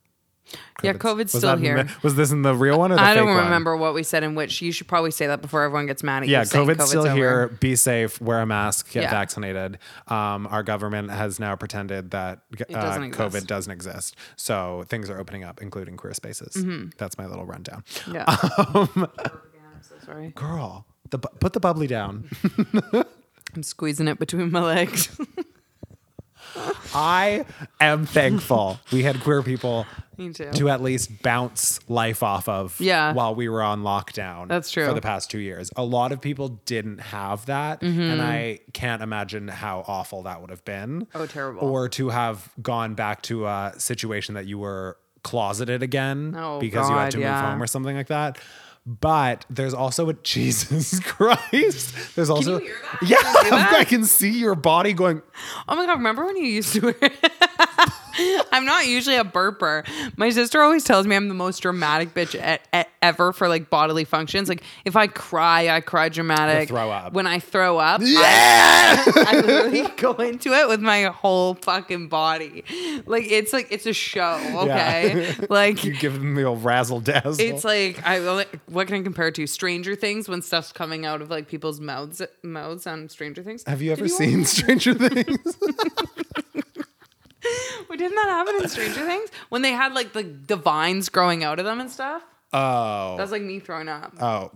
Speaker 2: Yeah, COVID's
Speaker 1: was
Speaker 2: still
Speaker 1: that in
Speaker 2: here.
Speaker 1: the- was this in the real one or the
Speaker 2: I don't
Speaker 1: fake one?
Speaker 2: remember what we said in which. You should probably say that before everyone gets mad at you.
Speaker 1: Yeah,
Speaker 2: saying
Speaker 1: COVID's, still
Speaker 2: over.
Speaker 1: here. Be safe. Wear a mask. Get
Speaker 2: Yeah.
Speaker 1: vaccinated. Um, our government has now pretended that uh,
Speaker 2: doesn't exist.
Speaker 1: COVID doesn't exist. So things are opening up, including queer spaces.
Speaker 2: Mm-hmm.
Speaker 1: That's my little rundown.
Speaker 2: Yeah.
Speaker 1: Um,
Speaker 2: I'm so sorry.
Speaker 1: Girl, the, bu- put the bubbly down.
Speaker 2: I'm squeezing it between my legs.
Speaker 1: I am thankful we had queer people
Speaker 2: Me too.
Speaker 1: to at least bounce life off of
Speaker 2: Yeah.
Speaker 1: while we were on lockdown.
Speaker 2: That's true.
Speaker 1: For the past two years. A lot of people didn't have that.
Speaker 2: Mm-hmm.
Speaker 1: And I can't imagine how awful that would have been.
Speaker 2: Oh, terrible.
Speaker 1: Or to have gone back to a situation that you were closeted again
Speaker 2: Oh,
Speaker 1: because you had
Speaker 2: God,
Speaker 1: to
Speaker 2: yeah.
Speaker 1: move home or something like that. But there's also a Jesus Christ. There's also
Speaker 2: hear
Speaker 1: yeah, I can see your body going.
Speaker 2: Oh my god, remember when you used to wear I'm not usually a burper. My sister always tells me I'm the most dramatic bitch e- e- ever for like bodily functions. Like if I cry, I cry dramatic.
Speaker 1: You'll throw up.
Speaker 2: When I throw up,
Speaker 1: Yeah,
Speaker 2: I literally go into it with my whole fucking body. Like it's like it's a show, okay? Like
Speaker 1: you give them the old razzle dazzle.
Speaker 2: it's like I what can I compare it to? Stranger Things when stuff's coming out of like people's mouths mouths on Stranger Things.
Speaker 1: Have you ever
Speaker 2: Did
Speaker 1: seen Stranger Things?
Speaker 2: Well, didn't that happen in Stranger Things when they had like the, the vines growing out of them and stuff?
Speaker 1: Oh,
Speaker 2: That's like me throwing up.
Speaker 1: oh,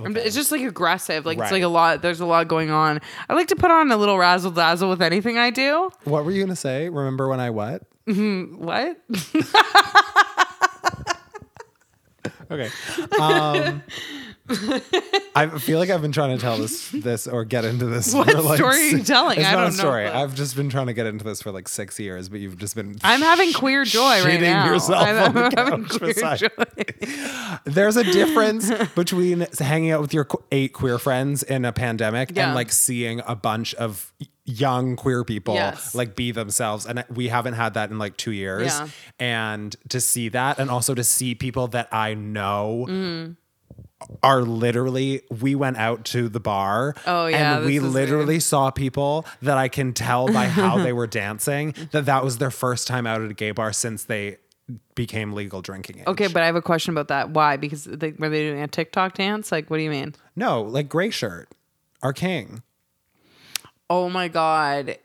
Speaker 2: I'm- It's just like aggressive. Like
Speaker 1: Right.
Speaker 2: it's like a lot. There's a lot going on. I like to put on a little razzle dazzle with anything I do.
Speaker 1: what were you gonna say? Remember when I what?
Speaker 2: What?
Speaker 1: Okay, um, I feel like I've been trying to tell this this or get into this.
Speaker 2: What
Speaker 1: for like
Speaker 2: story are you
Speaker 1: six-
Speaker 2: telling?
Speaker 1: It's
Speaker 2: I
Speaker 1: not
Speaker 2: don't
Speaker 1: a
Speaker 2: know,
Speaker 1: story.
Speaker 2: but-
Speaker 1: I've just been trying to get into this for like six years, but you've just been.
Speaker 2: I'm having queer joy
Speaker 1: Shitting
Speaker 2: right now.
Speaker 1: yourself
Speaker 2: I'm,
Speaker 1: on the
Speaker 2: I'm having
Speaker 1: couch
Speaker 2: queer
Speaker 1: beside-
Speaker 2: joy.
Speaker 1: There's a difference between hanging out with your qu- eight queer friends in a pandemic
Speaker 2: Yeah.
Speaker 1: and like seeing a bunch of y- young queer people
Speaker 2: Yes.
Speaker 1: like be themselves. And we haven't had that in like two years.
Speaker 2: Yeah.
Speaker 1: And to see that and also to see people that I know.
Speaker 2: Mm-hmm.
Speaker 1: Are literally, we went out to the bar.
Speaker 2: Oh, yeah,
Speaker 1: And
Speaker 2: this
Speaker 1: we
Speaker 2: is
Speaker 1: literally saw people that I can tell by how they were dancing that that was their first time out at a gay bar since they became legal drinking age.
Speaker 2: okay, but I have a question about that. Why? Because they, were they doing a TikTok dance? Like, what do you mean?
Speaker 1: No, like Gray Shirt, our king.
Speaker 2: Oh my god,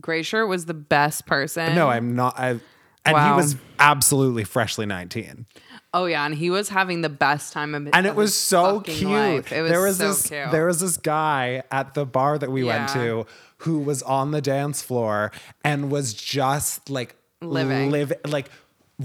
Speaker 2: Gray Shirt was the best person.
Speaker 1: No, I'm not. I, and
Speaker 2: Wow.
Speaker 1: he was absolutely freshly 19.
Speaker 2: Oh yeah, and he was having the best time of
Speaker 1: And
Speaker 2: of
Speaker 1: it was
Speaker 2: his
Speaker 1: so
Speaker 2: fucking
Speaker 1: cute.
Speaker 2: life. It was
Speaker 1: there was
Speaker 2: so
Speaker 1: this
Speaker 2: cute.
Speaker 1: there was this guy at the bar that we went
Speaker 2: Yeah.
Speaker 1: to who was on the dance floor and was just like
Speaker 2: Living.
Speaker 1: live like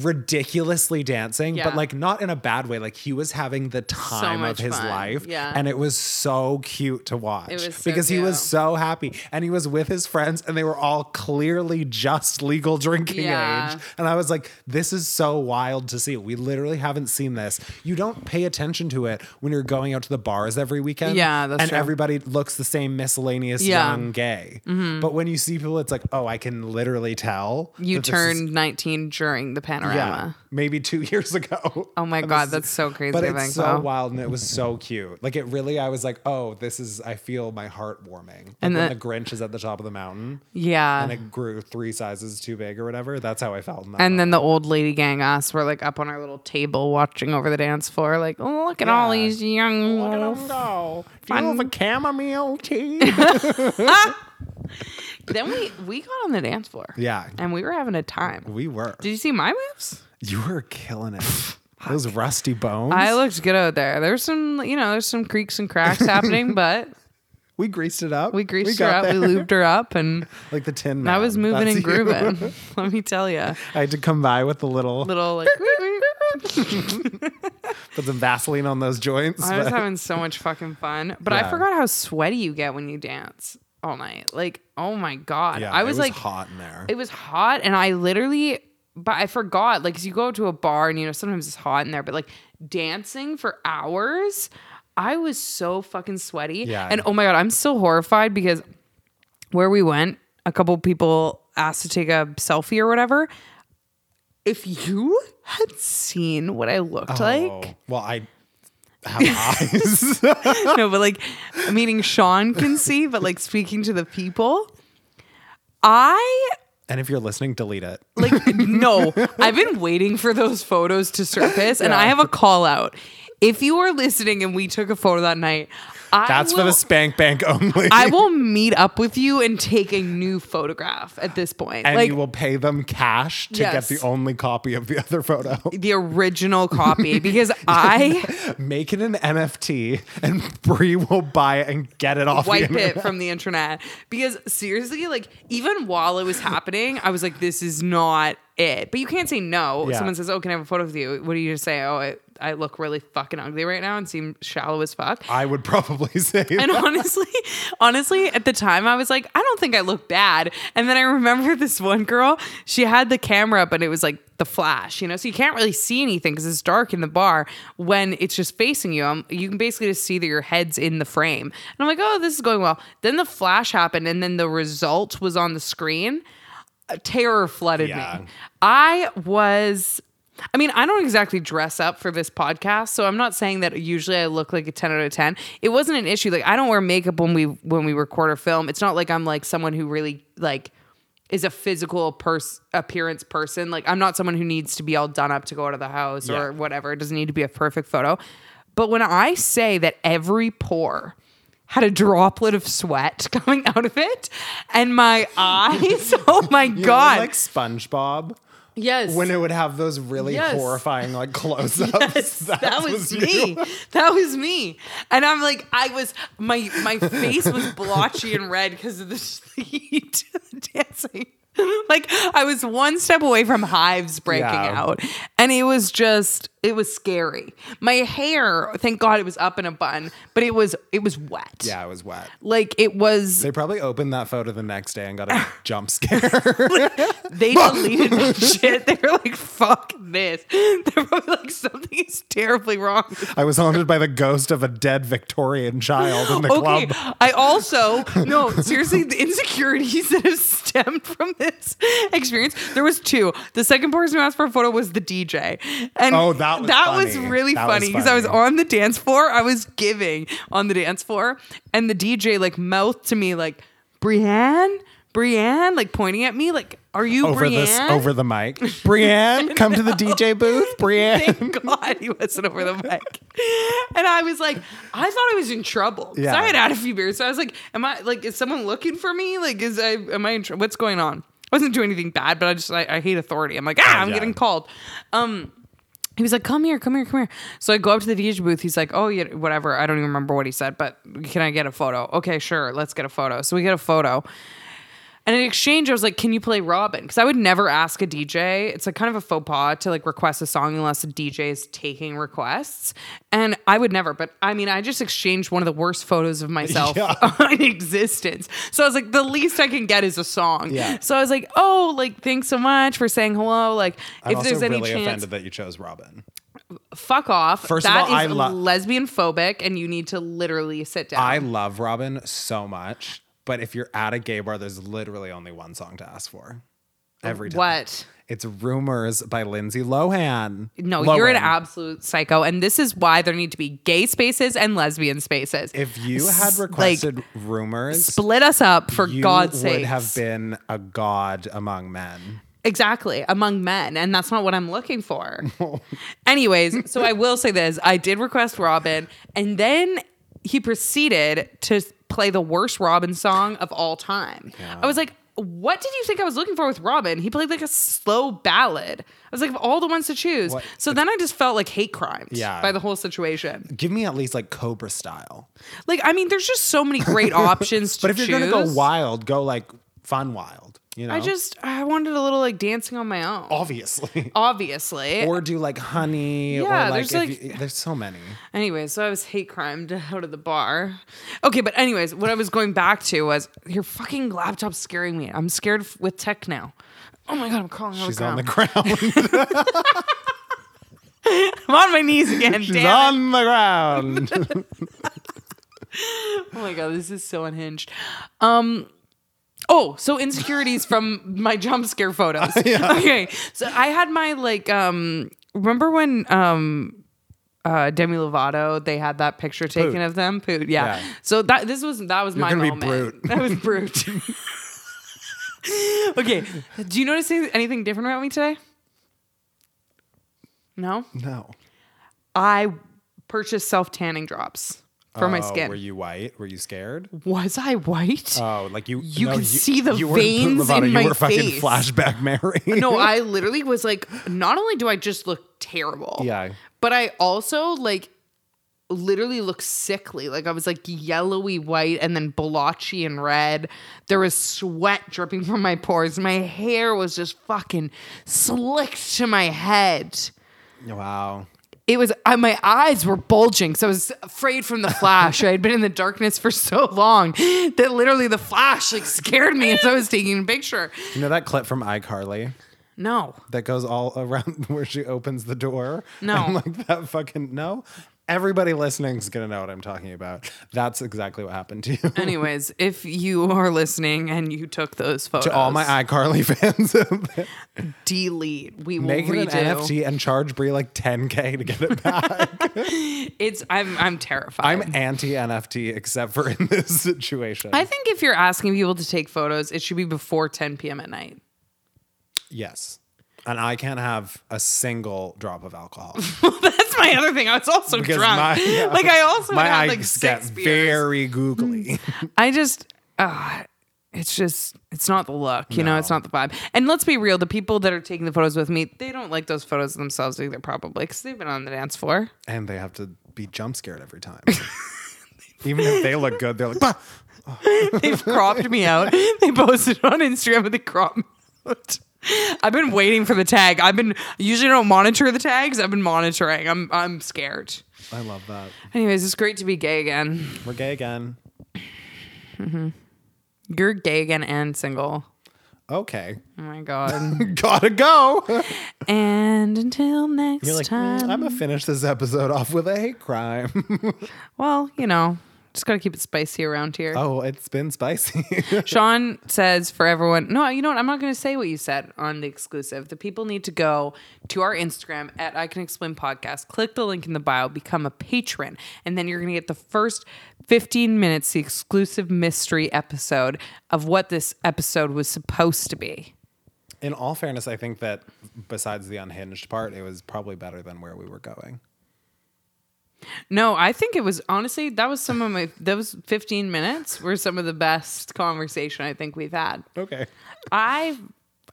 Speaker 1: ridiculously dancing, but
Speaker 2: Yeah.
Speaker 1: like not in a bad way. Like he was having the time of
Speaker 2: much
Speaker 1: his
Speaker 2: fun.
Speaker 1: life.
Speaker 2: Yeah.
Speaker 1: And it was so cute to watch.
Speaker 2: was so
Speaker 1: because he was
Speaker 2: cute.
Speaker 1: so happy. And he was with his friends and they were all clearly just legal drinking
Speaker 2: Yeah.
Speaker 1: age. And I was like, this is so wild to see. We literally haven't seen this. You don't pay attention to it when you're going out to the bars every weekend.
Speaker 2: Yeah, that's
Speaker 1: And
Speaker 2: true.
Speaker 1: everybody looks the same miscellaneous
Speaker 2: Yeah. Mm-hmm.
Speaker 1: young gay. But when you see people, it's like, oh, I can literally tell.
Speaker 2: you
Speaker 1: that this is-
Speaker 2: turned 19 during the
Speaker 1: yeah,
Speaker 2: panorama.
Speaker 1: maybe two years ago.
Speaker 2: Oh my
Speaker 1: And
Speaker 2: God,
Speaker 1: this-
Speaker 2: that's so crazy
Speaker 1: But
Speaker 2: to
Speaker 1: it's
Speaker 2: think
Speaker 1: so
Speaker 2: about.
Speaker 1: wild, and it was so cute. Like it really, I was like, oh, this is. I feel my heart warming. Like
Speaker 2: And
Speaker 1: when
Speaker 2: the-
Speaker 1: the Grinch is at the top of the mountain,
Speaker 2: Yeah.
Speaker 1: and
Speaker 2: And,
Speaker 1: it grew three sizes too big or whatever. That's how I felt. In that
Speaker 2: then the old lady gang us were like up on our little table watching over the dance floor, like, oh, look at all
Speaker 1: Yeah.
Speaker 2: these young.
Speaker 1: go. Do you have a chamomile tea?
Speaker 2: Then we we got on the dance floor.
Speaker 1: yeah,
Speaker 2: And we were having a time.
Speaker 1: we were.
Speaker 2: Did you see my moves?
Speaker 1: You were killing it. Those rusty bones.
Speaker 2: I looked good out there. There's some, you know, there's some creaks and cracks happening, but
Speaker 1: we greased it up.
Speaker 2: we greased her
Speaker 1: got
Speaker 2: up,
Speaker 1: there.
Speaker 2: we lubed her up, and
Speaker 1: like the tin.
Speaker 2: I was
Speaker 1: Man.
Speaker 2: moving
Speaker 1: That's
Speaker 2: and
Speaker 1: you.
Speaker 2: grooving. Let me tell you,
Speaker 1: I had to come by with a little,
Speaker 2: little like.
Speaker 1: put some Vaseline on those joints.
Speaker 2: I was
Speaker 1: but-
Speaker 2: having so much fucking fun, but I
Speaker 1: Yeah.
Speaker 2: forgot how sweaty you get when you dance all night. Like, oh my god,
Speaker 1: yeah,
Speaker 2: I
Speaker 1: it
Speaker 2: was,
Speaker 1: was
Speaker 2: like,
Speaker 1: hot in there.
Speaker 2: it was hot, and I literally, but I forgot. Like, 'cause you go to a bar, and you know sometimes it's hot in there, but like dancing for hours, I was so fucking sweaty.
Speaker 1: Yeah.
Speaker 2: and oh my god, I'm still horrified because where we went, a couple people asked to take a selfie or whatever. If you had seen what I looked like.
Speaker 1: Oh, well, I have eyes.
Speaker 2: no, but like, meaning Sean can see, but like speaking to the people, I
Speaker 1: and if you're listening, delete it.
Speaker 2: like, no, I've been waiting for those photos to surface, and I have a call out. If you are listening and we took a photo that night, I
Speaker 1: That's
Speaker 2: will,
Speaker 1: for the spank bank only.
Speaker 2: I will meet up with you and take a new photograph at this point.
Speaker 1: and
Speaker 2: like
Speaker 1: you will pay them cash to
Speaker 2: Yes.
Speaker 1: get the only copy of the other photo.
Speaker 2: the original copy, because I
Speaker 1: Make it an NFT, and Brie will buy it and get it off. the
Speaker 2: wipe
Speaker 1: internet.
Speaker 2: it from the internet because seriously like even while it was happening i was like this is not it but you can't say no
Speaker 1: Yeah.
Speaker 2: someone says oh can i have a photo with you what do you just say oh I, I look really fucking ugly right now and seem shallow as fuck
Speaker 1: I would probably say.
Speaker 2: and honestly honestly at the time i was like i don't think i look bad and then i remember this one girl she had the camera up and it was like the flash you know so you can't really see anything because it's dark in the bar when it's just facing you i you can basically just see that your head's in the frame and i'm like oh this is going well then the flash happened and then the result was on the screen Uh, terror flooded
Speaker 1: Yeah.
Speaker 2: me i was I mean, I don't exactly dress up for this podcast, so I'm not saying that usually I look like a 10 out of 10. It wasn't an issue. Like I don't wear makeup when we when we record or film. It's not like I'm like someone who really like is a physical pers- appearance person. Like I'm not someone who needs to be all done up to go out of the house
Speaker 1: Yeah.
Speaker 2: or whatever. It doesn't need to be a perfect photo. But when I say that every pore had a droplet of sweat coming out of it and my eyes, oh my
Speaker 1: You know,
Speaker 2: god.
Speaker 1: like SpongeBob.
Speaker 2: yes.
Speaker 1: When it would have those really
Speaker 2: Yes.
Speaker 1: horrifying like close-ups.
Speaker 2: Yes, that, was,
Speaker 1: you.
Speaker 2: me. That was me. And I'm like, I was my my face was blotchy and red because of the heat dancing. Like I was one step away from hives breaking
Speaker 1: Yeah.
Speaker 2: out, and it was just it was scary. My hair, thank God, it was up in a bun, but it was it was wet.
Speaker 1: Yeah, it was wet.
Speaker 2: Like it was,
Speaker 1: They probably opened that photo the next day and got a jump scare.
Speaker 2: they deleted that shit. They were like, "Fuck this." They're probably like, "Something is terribly wrong with
Speaker 1: I was haunted by the ghost of a dead Victorian child in the
Speaker 2: okay.
Speaker 1: club.
Speaker 2: I also no seriously the insecurities that have stemmed from this experience. There was two. The second person who asked for a photo was the DJ, and
Speaker 1: Oh, that was
Speaker 2: was
Speaker 1: funny.
Speaker 2: really
Speaker 1: That was
Speaker 2: funny because I was
Speaker 1: funny.
Speaker 2: on the dance floor. I was giving on the dance floor, and the DJ like mouthed to me like Brianne, Brianne, like pointing at me like Are you
Speaker 1: Over
Speaker 2: Brianne?
Speaker 1: this, over the mic. Brianne, come to the DJ booth. Brianne.
Speaker 2: Thank God he wasn't over the mic. And I was like, I thought I was in trouble. 'Cause
Speaker 1: Yeah.
Speaker 2: I had had a few beers. So I was like, am I like, is someone looking for me? Like, is I, am I in trouble? What's going on? I wasn't doing anything bad, but I just, I, I hate authority. I'm like, ah, I'm
Speaker 1: Yeah.
Speaker 2: getting called. Um, he was like, come here, come here, come here. So I go up to the DJ booth. He's like, oh, yeah, whatever. I don't even remember what he said, but can I get a photo? Okay, sure. Let's get a photo. So we get a photo. And in exchange, I was like, "Can you play Robin?" Because I would never ask a DJ. It's like kind of a faux pas to like request a song unless a DJ is taking requests, and I would never. But I mean, I just exchanged one of the worst photos of myself
Speaker 1: Yeah.
Speaker 2: in existence. So I was like, the least I can get is a song.
Speaker 1: Yeah.
Speaker 2: So I was like, "Oh, like thanks so much for saying hello." Like,
Speaker 1: I'm
Speaker 2: if
Speaker 1: also
Speaker 2: there's any
Speaker 1: really
Speaker 2: chance,
Speaker 1: offended that you chose Robin.
Speaker 2: fuck off.
Speaker 1: First of
Speaker 2: That
Speaker 1: all, I
Speaker 2: is
Speaker 1: lo-
Speaker 2: lesbian phobic, and you need to literally sit down.
Speaker 1: I love Robin so much, but if you're at a gay bar, there's literally only one song to ask for. Every time.
Speaker 2: what?
Speaker 1: It's Rumors by Lindsay Lohan.
Speaker 2: No, you're an
Speaker 1: Lohan.
Speaker 2: absolute psycho, and this is why there need to be gay spaces and lesbian spaces.
Speaker 1: If you
Speaker 2: S-
Speaker 1: had
Speaker 2: like,
Speaker 1: requested rumors,
Speaker 2: Split us up for
Speaker 1: you
Speaker 2: God's
Speaker 1: would
Speaker 2: sake.
Speaker 1: have been a god among men.
Speaker 2: exactly among men, and that's not what I'm looking for. Anyways, so I will say this: I did request Robin, and then he proceeded to play the worst Robin song of all time. I was like, what did you think I was looking for with Robin? He played like a slow ballad. I was like, of all the ones to choose.
Speaker 1: What-
Speaker 2: So then I just felt like hate crimes
Speaker 1: Yeah.
Speaker 2: by the whole situation.
Speaker 1: Give me at least like Cobra style.
Speaker 2: Like, I mean, there's just so many great options to
Speaker 1: But if you're gonna go
Speaker 2: choose.
Speaker 1: wild, go like fun wild. You know,
Speaker 2: I just, I wanted a little like dancing on my own.
Speaker 1: obviously.
Speaker 2: Obviously.
Speaker 1: Or do like honey,
Speaker 2: Oh, Yeah,
Speaker 1: or like, if
Speaker 2: there's, like- Oh,
Speaker 1: you- there's so many.
Speaker 2: Anyway, so I was hate crimed out of the bar. Okay, but anyways, what I was going back to was your fucking laptop's scaring me. I'm scared f- with tech now. Oh my god, I'm crawling out
Speaker 1: She's
Speaker 2: of
Speaker 1: on
Speaker 2: the
Speaker 1: the
Speaker 2: ground.
Speaker 1: ground.
Speaker 2: I'm on my knees again.
Speaker 1: She's
Speaker 2: damn it.
Speaker 1: on the ground.
Speaker 2: Oh my god, this is so unhinged. Um Oh, so insecurities from my jump scare photos. Okay. So I had my like um remember when um uh Demi Lovato, they had that picture taken
Speaker 1: Poot.
Speaker 2: of them. Poot, yeah.
Speaker 1: Yeah.
Speaker 2: So that this was that was my
Speaker 1: gonna be
Speaker 2: moment.
Speaker 1: Brute.
Speaker 2: That was brute. okay. Do you notice anything different about me today? No?
Speaker 1: no.
Speaker 2: I purchased self tanning drops for my
Speaker 1: Oh,
Speaker 2: skin.
Speaker 1: Were you white? Were you scared?
Speaker 2: was I white?
Speaker 1: Oh, like you.
Speaker 2: You
Speaker 1: no,
Speaker 2: can see the
Speaker 1: weren't Pete
Speaker 2: veins
Speaker 1: Lovato,
Speaker 2: in
Speaker 1: you
Speaker 2: my
Speaker 1: were fucking
Speaker 2: face.
Speaker 1: flashback Mary.
Speaker 2: no, I literally was like, not only do I just look terrible,
Speaker 1: Yeah.
Speaker 2: but I also like literally look sickly. Like I was like yellowy white and then blotchy and red. There was sweat dripping from my pores. My hair was just fucking slicked to my head.
Speaker 1: wow.
Speaker 2: It was I, my eyes were bulging because I was afraid from the flash. I had been in the darkness for so long that literally the flash like scared me as I was taking a picture.
Speaker 1: You know that clip from iCarly
Speaker 2: No,
Speaker 1: that goes all around where she opens the door?
Speaker 2: No.
Speaker 1: I'm like that fucking no. Everybody listening's gonna know what I'm talking about. That's exactly what happened to you.
Speaker 2: Anyways, if you are listening and you took those photos,
Speaker 1: to all my iCarly fans, out there,
Speaker 2: delete. We will
Speaker 1: make it an
Speaker 2: redo.
Speaker 1: NFT and charge Brie like 10k to get it back.
Speaker 2: It's I'm I'm terrified. i
Speaker 1: I'm anti NFT except for in this situation.
Speaker 2: think if you're asking people to take photos, it should be before 10 p.m. at night.
Speaker 1: yes, and I can't have a single drop of alcohol.
Speaker 2: That's my other thing. I was also
Speaker 1: Because
Speaker 2: drunk.
Speaker 1: my- yeah.
Speaker 2: Like I also
Speaker 1: my
Speaker 2: had
Speaker 1: eyes
Speaker 2: like
Speaker 1: get
Speaker 2: six beers. Mm.
Speaker 1: very googly.
Speaker 2: I just, uh, it's just, it's not the look, you know,
Speaker 1: No.
Speaker 2: it's not the vibe. And let's be real, the people that are taking the photos with me, they don't like those photos themselves either, probably, because they've been on the dance floor.
Speaker 1: and they have to be jump scared every time. Even if they look good, they're like, "Bah!"
Speaker 2: They've cropped me out. They posted it on Instagram and they cropped me out. I've been waiting for the tag. I've been usually I don't monitor the tags. I've been monitoring. I'm I'm scared.
Speaker 1: I love that.
Speaker 2: Anyways, it's great to be gay again.
Speaker 1: We're gay again.
Speaker 2: You're gay again and single.
Speaker 1: Okay.
Speaker 2: Oh my god.
Speaker 1: Gotta go.
Speaker 2: and until next
Speaker 1: You're like, "Mm,
Speaker 2: time.
Speaker 1: I'm gonna finish this episode off with a hate crime.
Speaker 2: well, you know, just gotta keep it spicy around here.
Speaker 1: oh, it's been spicy.
Speaker 2: Sean says for everyone, no, you know what? I'm not going to say what you said on the exclusive. The people need to go to our Instagram at I Can Explain Podcast, click the link in the bio, become a patron, and then you're going to get the first 15 minutes, the exclusive mystery episode of what this episode was supposed to be.
Speaker 1: In all fairness, I think that besides the unhinged part, it was probably better than where we were going.
Speaker 2: No, I think it was honestly, that was some of my, those 15 minutes were some of the best conversation I think we've had.
Speaker 1: Okay.
Speaker 2: I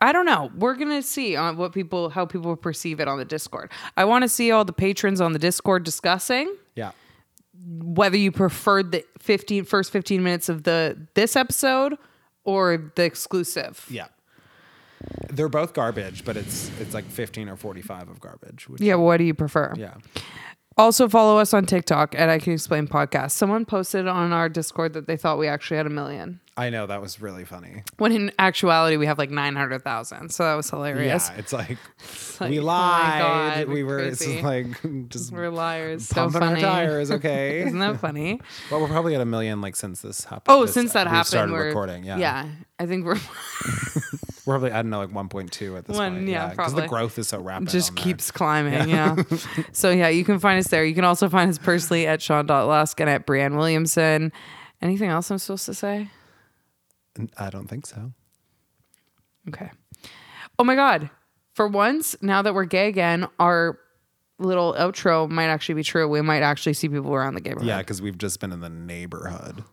Speaker 2: I don't know. We're gonna see on what people how people perceive it on the Discord. I want to see all the patrons on the Discord discussing
Speaker 1: Yeah.
Speaker 2: whether you preferred the 15 first 15 minutes of the this episode or the exclusive.
Speaker 1: Yeah. They're both garbage, but it's it's like 15 or 45 of garbage. Which,
Speaker 2: Yeah, what do you prefer?
Speaker 1: yeah.
Speaker 2: Also follow us on TikTok at I Can Explain Podcast. Someone posted on our Discord that they thought we actually had a million.
Speaker 1: I know that was really funny.
Speaker 2: When in actuality we have like nine hundred thousand. So that was hilarious.
Speaker 1: Yeah, it's like,
Speaker 2: like,
Speaker 1: we
Speaker 2: oh my
Speaker 1: lied.
Speaker 2: God,
Speaker 1: we
Speaker 2: we're
Speaker 1: were it's
Speaker 2: crazy.
Speaker 1: like just
Speaker 2: We're liars. So
Speaker 1: pumping
Speaker 2: funny.
Speaker 1: our tires. Okay.
Speaker 2: Isn't that funny?
Speaker 1: well, we're probably at a million like since this happened.
Speaker 2: Oh,
Speaker 1: this-
Speaker 2: since that
Speaker 1: we
Speaker 2: happened,
Speaker 1: started
Speaker 2: we're,
Speaker 1: recording. Yeah.
Speaker 2: yeah. I think we're
Speaker 1: We're probably I don't know like 1.2 at this
Speaker 2: One,
Speaker 1: point.
Speaker 2: yeah,
Speaker 1: because
Speaker 2: probably.
Speaker 1: the growth is so rapid.
Speaker 2: just
Speaker 1: on there.
Speaker 2: keeps climbing. Yeah. so yeah, you can find us there. You can also find us personally at Sean Lusk and at Brianne Williamson. Anything else I'm supposed to say?
Speaker 1: I don't think so.
Speaker 2: Okay. Oh my God. For once, now that we're gay again, our little outro might actually be true. We might actually see people around the gay bar.
Speaker 1: Yeah, because we've just been in the neighborhood.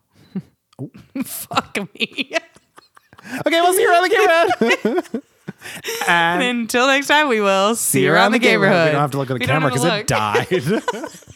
Speaker 2: Fuck me.
Speaker 1: Okay, we'll see you around the gay road. and
Speaker 2: Until next time, we will see, you around the
Speaker 1: gay road.
Speaker 2: neighborhood.
Speaker 1: We don't have to look at the camera because it died.